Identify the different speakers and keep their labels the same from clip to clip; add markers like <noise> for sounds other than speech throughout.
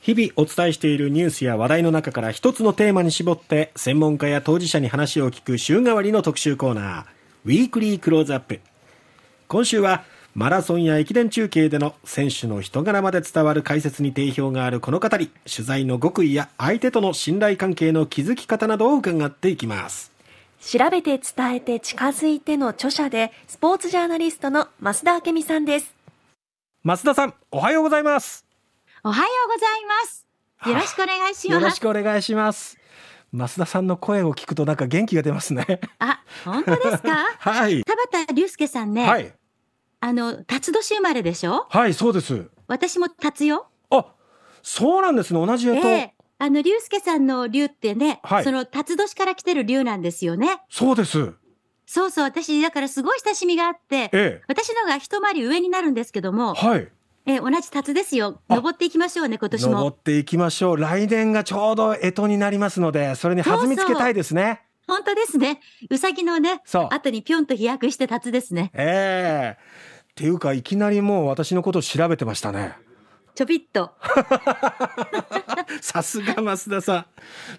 Speaker 1: 日々お伝えしているニュースや話題の中から一つのテーマに絞って専門家や当事者に話を聞く週替わりの特集コーナーウィークリークローズアップ今週はマラソンや駅伝中継での選手の人柄まで伝わる解説に定評があるこの方に取材の極意や相手との信頼関係の築き方などを伺っていきます
Speaker 2: 調べて伝えて近づいての著者でスポーツジャーナリストの増田明美さんです
Speaker 1: 増田さんおはようございます
Speaker 3: おはようございます。よろしくお願いし
Speaker 1: よろ
Speaker 3: ま
Speaker 1: し
Speaker 3: す。
Speaker 1: くお願いします増田さんの声を聞くとなんか元気が出ますね。
Speaker 3: あ、本当ですか
Speaker 2: <laughs>
Speaker 1: はい
Speaker 3: 田畑隆介さんね、
Speaker 1: はい
Speaker 3: あの辰年生まれでしょ。
Speaker 1: はいそうです
Speaker 3: 私も辰よ。
Speaker 1: あそうなんですね同じ
Speaker 3: え
Speaker 1: えと、
Speaker 3: えあの隆介さんの龍ってね、
Speaker 1: はい
Speaker 3: その辰年から来てる龍なんですよね。
Speaker 1: そうです
Speaker 3: そうそう、私だからすごい親しみがあっ
Speaker 1: え
Speaker 3: て、
Speaker 1: え
Speaker 3: 私のが一回り上になるんですけども、
Speaker 1: はい
Speaker 3: ええ同じ辰ですよ。
Speaker 1: あ
Speaker 3: 登っていきましょうね今年
Speaker 1: 登
Speaker 3: も
Speaker 1: っ。ていきましょう来年がちょうど干支になりますのでそれに弾みつけたいですね
Speaker 3: 本当ですね。うさぎのね、
Speaker 1: そう
Speaker 3: 後にぴょんと飛躍して辰ですね。
Speaker 1: ええっていうかいきなりもう私のことを調べてましたね
Speaker 3: ちょびっ
Speaker 1: <laughs>
Speaker 3: と。
Speaker 1: さすが増田さん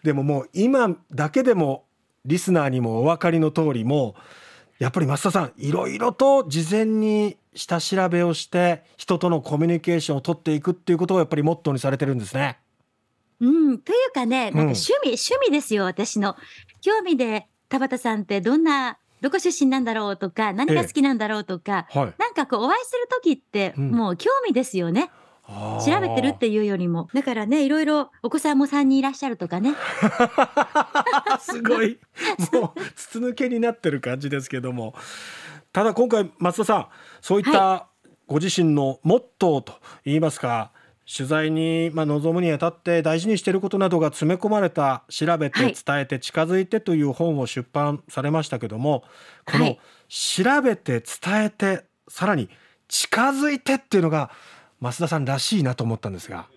Speaker 1: でももう今だけでもリスナーにもお分かりの通りもうやっぱり増田さんいろいろと事前に下調べをして人とのコミュニケーションを取っていくっていうことをやっぱりモットーにされてるんですね。
Speaker 3: うん、というかね、なんか
Speaker 1: うん
Speaker 3: 趣味、趣味ですよ、私の。興味で、田畑さんってどんな、どこ出身なんだろうとか、何が好きなんだろうとか、
Speaker 1: はい、
Speaker 3: なんかこう、お会いするときって、
Speaker 1: うん
Speaker 3: もう興味ですよね。調べてるっていうよりも。だからね、いろいろ、お子さんも3人いらっしゃるとかね。
Speaker 1: <laughs> すごいもう筒抜けになってる感じですけどもただ今回松田さんそういったご自身のモットーといいますか、取材にまあ臨むにあたって大事にしていることなどが詰め込まれた「調べて
Speaker 3: はい
Speaker 1: 伝えて近づいて」という本を出版されましたけどもこ
Speaker 3: は
Speaker 1: の
Speaker 3: い
Speaker 1: 「調べて伝えて」さらに「近づいて」っていうのが増田さんらしいなと思ったんですが。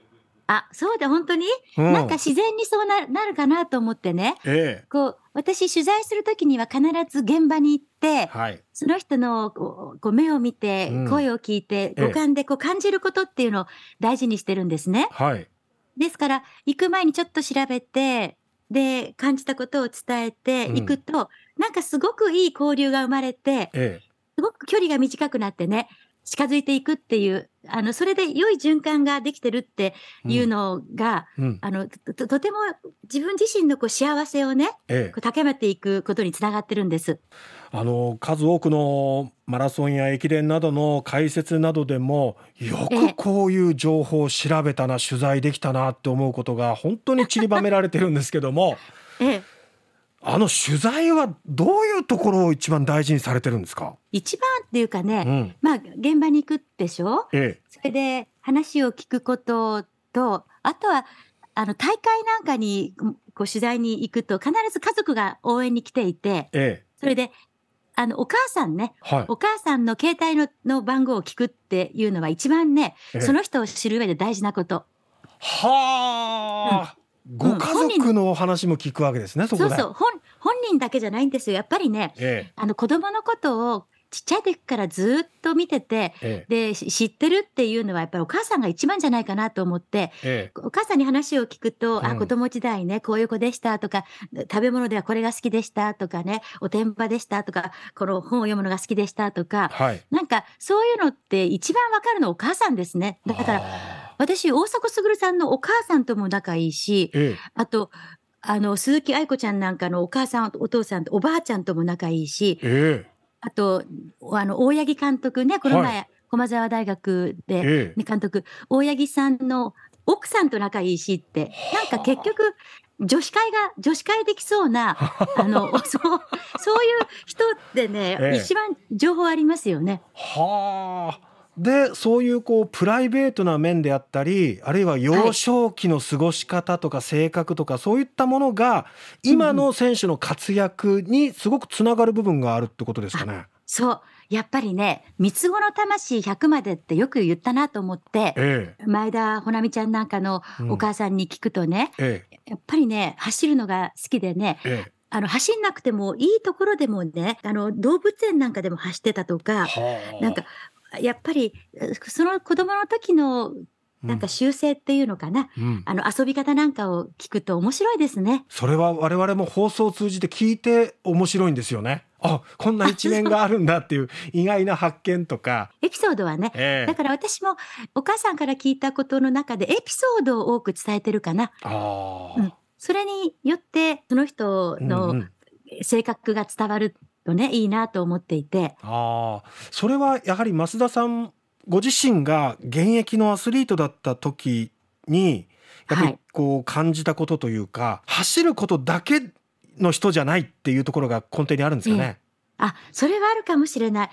Speaker 3: あ、そうだ、本当に、
Speaker 1: う
Speaker 3: なんか自然にそうななるかなと思ってね。
Speaker 1: ええ
Speaker 3: こう、私、取材するときには必ず現場に行って、
Speaker 1: はい、
Speaker 3: その人のこうこう目を見て、
Speaker 1: うん
Speaker 3: 声を聞いて、
Speaker 1: ええ
Speaker 3: 五感でこう感じることっていうのを大事にしてるんですね。
Speaker 1: はい
Speaker 3: ですから、行く前にちょっと調べて、で、感じたことを伝えて
Speaker 1: うん
Speaker 3: いくと、なんかすごくいい交流が生まれて、
Speaker 1: ええ
Speaker 3: すごく距離が短くなってね、近づいていくっていう、あの、それで良い循環ができてるっていうのが、
Speaker 1: うん
Speaker 3: あのと、ととても自分自身のこう幸せをね、
Speaker 1: ええ
Speaker 3: こう高めていくことにつながってるんです。
Speaker 1: あの数多くのマラソンや駅伝などの解説などでもよ
Speaker 3: え
Speaker 1: く
Speaker 3: え
Speaker 1: こういう情報を調べたな、取材できたなって思うことが本当に散りばめられてるんですけど
Speaker 3: <laughs>
Speaker 1: も
Speaker 3: ええ。
Speaker 1: あの取材はどういうところを一番大事にされてるんですか、
Speaker 3: 一番っていうかね、
Speaker 1: うん
Speaker 3: まあ、現場に行くでしょ
Speaker 1: え
Speaker 3: それで話を聞くことと、あとは、あの、大会なんかに、こう、取材に行くと、必ず家族が応援に来ていて
Speaker 1: え、え
Speaker 3: それで、あの、お母さんね、
Speaker 1: えはい
Speaker 3: お母さんの携帯のの番号を聞くっていうのは一番ね、
Speaker 1: ええ
Speaker 3: その人を知る上で大事なこと。
Speaker 1: はあ、
Speaker 3: ん
Speaker 1: ご家族のお話も聞くわけですね、そ
Speaker 3: そ
Speaker 1: こ
Speaker 3: う
Speaker 1: で
Speaker 3: そう、本、本人だけじゃないんですよ。やっぱりね、
Speaker 1: え
Speaker 3: あの、子供のことをちっちゃい時からずっと見てて、
Speaker 1: ええ
Speaker 3: で、し知ってるっていうのはやっぱりお母さんが一番じゃないかなと思って、
Speaker 1: ええ
Speaker 3: お母さんに話を聞く
Speaker 1: う
Speaker 3: と、あ
Speaker 1: ん
Speaker 3: 子供時代ねこういう子でしたとか食べ物ではこれが好きでしたとかねおてんばでしたとかこの本を読むのが好きでしたとか
Speaker 1: はい
Speaker 3: なんかそういうのって一番わかるのお母さんですねだから
Speaker 1: ら
Speaker 3: 私大迫傑さんのお母さんとも仲いいし
Speaker 1: え
Speaker 3: あとあの鈴木愛子ちゃんなんかのお母さんお父さんおばあちゃんとも仲いいし
Speaker 1: ええ
Speaker 3: あとあの大八木監督ねこの前、
Speaker 1: は
Speaker 3: 駒澤大学で
Speaker 1: ええ
Speaker 3: ね、監督大八木さんの奥さんと仲いいしってなんか結局女子会が女子会できそ
Speaker 1: <laughs>
Speaker 3: うなあのそうそういう人ってね、
Speaker 1: ええ
Speaker 3: 一番情報ありますよね。
Speaker 1: はあ。でそういうこうプライベートな面であったりあるいは幼少期の過ごし方とか性格とか、そういったものが今の選手の活躍にすごくつながる部分があるってことですかね。
Speaker 3: そうやっぱりね三つ子の魂100までってよく言ったなと思って
Speaker 1: え
Speaker 3: 前田穂波ちゃんなんかの
Speaker 1: えうん
Speaker 3: お母さんに聞くとね、
Speaker 1: ええ
Speaker 3: やっぱりね走るのが好きでね
Speaker 1: ええ
Speaker 3: あの走んなくてもいいところでもねあの動物園なんかでも走ってたとか
Speaker 1: はあ
Speaker 3: なんかやっぱりえその子供の時の
Speaker 1: うん
Speaker 3: なんか修正っていうのかな、
Speaker 1: うん
Speaker 3: あの遊び方なんかを聞くと面白いですね。
Speaker 1: それは我々も放送を通じて聞いて面白いんですよね。あ、こんな一面があるんだっていう意外な発見とか。
Speaker 3: エピソードはね。
Speaker 1: ええ
Speaker 3: だから私もお母さんから聞いたことの中でエピソードを多く伝えてるかな。
Speaker 1: あ
Speaker 3: うん
Speaker 1: あ。
Speaker 3: それによってその人
Speaker 1: うんう
Speaker 3: の
Speaker 1: ん
Speaker 3: 性格が伝わるとね、いいなと思っていて。
Speaker 1: ああ、それはやはり増田さんご自身が現役のアスリートだった時に、やっぱ
Speaker 3: は
Speaker 1: り
Speaker 3: い
Speaker 1: こう感じたことというか、走ることだけの人じゃないっていうところが根底にあるんですかね。
Speaker 3: あ、それはあるかもしれない。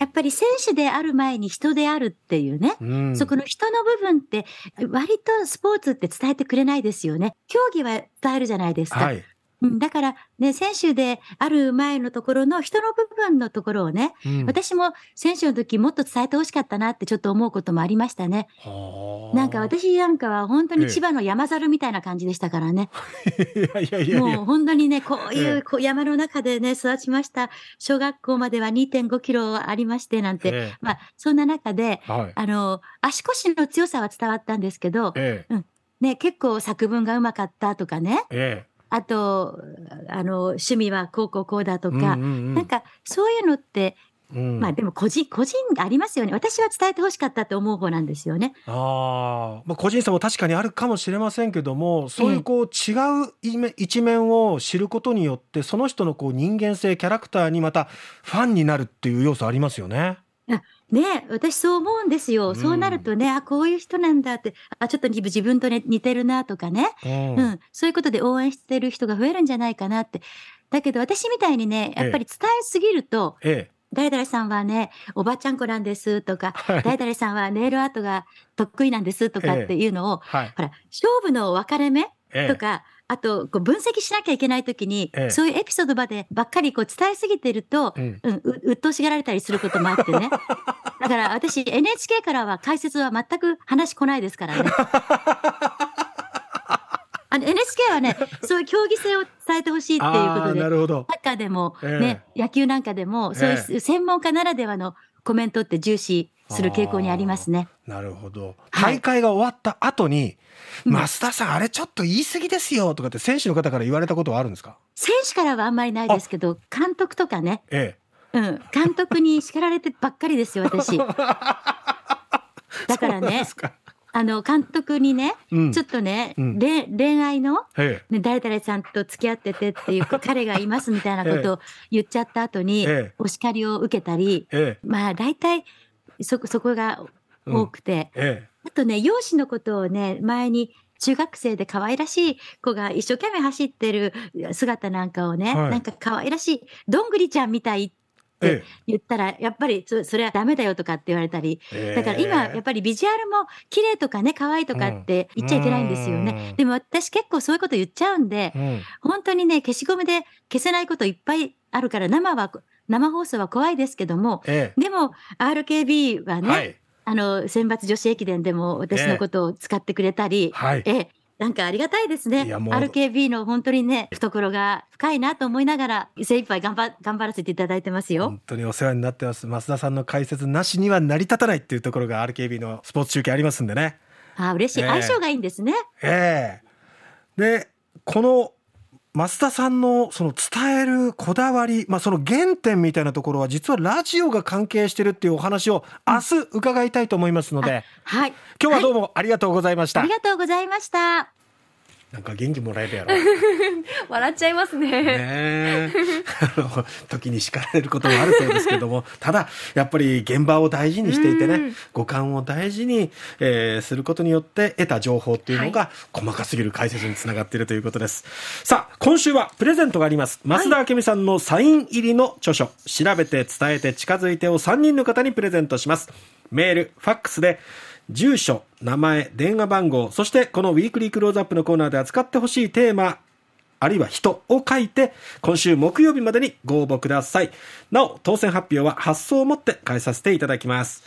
Speaker 3: やっぱり選手である前に人であるっていうね。
Speaker 1: うん。
Speaker 3: そこの人の部分って割とスポーツって伝えてくれないですよね。競技は伝えるじゃないですか。
Speaker 1: はい。
Speaker 3: うんだからね、選手である前のところの人の部分のところをね、
Speaker 1: うん
Speaker 3: 私も選手の時もっと伝えてほしかったなってちょっと思うこともありましたね。
Speaker 1: はあ
Speaker 3: なんか私なんかは本当
Speaker 1: ええ
Speaker 3: に千葉の山猿みたいな感じでしたからね。
Speaker 1: <laughs> いやい <laughs> やいやいや
Speaker 3: もう本当にね、こう
Speaker 1: え
Speaker 3: い
Speaker 1: え
Speaker 3: うこう山の中でね、育ちました。小学校までは2.5キロありましてなんて。
Speaker 1: え
Speaker 3: まあ、そんな中で、
Speaker 1: えはい。
Speaker 3: あの、足腰の強さは伝わったんですけど、
Speaker 1: ええ
Speaker 3: ね、結構作文がうまかったとかね。
Speaker 1: え
Speaker 3: あと、あの、趣味はこうこうこうだと
Speaker 1: え。
Speaker 3: か、
Speaker 1: うんうんうん
Speaker 3: なんかそういうのって、
Speaker 1: うん
Speaker 3: まあでも個人、個人ありますよね。私は伝えてほしかったと思う方なんですよね。
Speaker 1: ああ、まあ、個人差も確かにあるかもしれませんけども、そうい
Speaker 3: え
Speaker 1: う
Speaker 3: え
Speaker 1: こう違う一面一面を知ることによって、その人のこう人間性、キャラクターにまたファンになるっていう要素ありますよね。
Speaker 3: ねえ私そう思うんですよ。
Speaker 1: うん
Speaker 3: そうなるとね、あ、こういう人なんだって、あ、ちょっと自分自分と、ね、似てるなとかね、
Speaker 1: うん。
Speaker 3: うん。そういうことで応援してる人が増えるんじゃないかなって。だけど私みたいにね、やっぱり伝えすぎると、
Speaker 1: ええ。
Speaker 3: 誰々さんはね、おばあちゃん子なんですとか、
Speaker 1: <laughs> はい。
Speaker 3: 誰々さんはネイルアートが得意なんですとかっていうのを、
Speaker 1: はい。
Speaker 3: ほら、勝負の分かれ目
Speaker 1: え
Speaker 3: とか、あとこう分析しなきゃいけないときに、
Speaker 1: ええ
Speaker 3: そういうエピソードまでばっかりこう伝えすぎてると、
Speaker 1: え。うん。
Speaker 3: うん、う鬱陶しがられたりすることもあって
Speaker 1: <laughs>
Speaker 3: ね。だから私 NHK からは解説は全く話来ないで
Speaker 1: <laughs>
Speaker 3: すからね。あの NHK はね、そういう競技性を伝えてほしいっていう
Speaker 1: あ
Speaker 3: こと
Speaker 1: あ、
Speaker 3: で、
Speaker 1: な
Speaker 3: サ
Speaker 1: るほど。
Speaker 3: ッカーでも、
Speaker 1: ええ
Speaker 3: ね、野球なんかでも、そういう専門家ならではのコメントって重視する傾向にありますね。
Speaker 1: なるほど。
Speaker 3: はい
Speaker 1: 大会が終わった後に、
Speaker 3: うん
Speaker 1: 増田さん、あれちょっと言い過ぎですよとかって選手の方から言われたことはあるんですか
Speaker 3: 選手からはあんまりないですけど、監督とかね、
Speaker 1: え
Speaker 3: うん、監督に叱られてばっかりですよ、
Speaker 1: <laughs>
Speaker 3: 私。
Speaker 1: え。
Speaker 3: だから
Speaker 1: そうなんで
Speaker 3: ね
Speaker 1: す、か。
Speaker 3: あの、監督にね、
Speaker 1: うん
Speaker 3: ちょっとね、
Speaker 1: うん
Speaker 3: れ恋愛の、
Speaker 1: え
Speaker 3: ね、誰々さんと付き合っててっていうか、彼がいますみたい
Speaker 1: <laughs>
Speaker 3: なことを言っちゃった後に、
Speaker 1: ええ
Speaker 3: お叱りを受けたり、
Speaker 1: え。ええ。
Speaker 3: まあ、大体、そこ、そこが
Speaker 1: うん
Speaker 3: 多くて、
Speaker 1: え
Speaker 3: あとね、容姿のことをね、前に、中学生で可愛らしい子が一生懸命走ってる姿なんかをね、
Speaker 1: はい
Speaker 3: なんか可愛らしい、どんぐりちゃんみたい
Speaker 1: え。ええ。
Speaker 3: 言ったら、やっぱりそそれはダメだよとかって言われたり、だから今やっ
Speaker 1: ぱ
Speaker 3: ぱりビジュアルも綺麗とかね可愛いとかって言っちゃいけないんですよね。
Speaker 1: うん
Speaker 3: でも私結構そういうこと言っちゃうんで、
Speaker 1: うん、
Speaker 3: 本当にね消しゴムで消せないこといっぱいあるから生は生放送は怖いですけども。
Speaker 1: え
Speaker 3: でも RKB は
Speaker 1: え、
Speaker 3: ね、
Speaker 1: はい、
Speaker 3: あの選抜女子駅伝でも私のことを使ってくれたり、
Speaker 1: はい、
Speaker 3: ええなんかありがたいですね
Speaker 1: いやもう
Speaker 3: RKB の本当にね懐が深いなと思いながら精一杯頑張頑張らせていただいてますよ。
Speaker 1: 本当にお世話になってます。増田さんの解説なしには成り立たないっていうところが RKB のスポーツ中継ありますんでね。
Speaker 3: あ嬉しい、
Speaker 1: ええ
Speaker 3: 相性がいいんですね。
Speaker 1: ええで、この増田さんのその伝えるこだわり、まあその原点みたいなところは実はラジオが関係してるっていうお話を明日伺いたいと思いますので、
Speaker 3: はい、
Speaker 1: 今日はどうもありがとうございました。
Speaker 3: ありがとうございました。
Speaker 1: なんか元気もらえるやろ。
Speaker 2: 笑っちゃいますね。
Speaker 1: ねえあの時に叱られることもあるそうですけどもただやっぱり現場を大事にしていて
Speaker 2: うん
Speaker 1: ね五感を大事に、えーすることによって得た情報っていうのが細かすぎる解説につながっているということです、さあ今週はプレゼントがあります増田明美さんのサイン入りの著書「調べて伝えて近づいて」を3人の方にプレゼントしますメールファックスで住所名前電話番号そしてこのウィークリークローズアップのコーナーで扱ってほしいテーマあるいは人を書いて、今週木曜日までにご応募ください。なお、当選発表は発送をもって返させていただきます。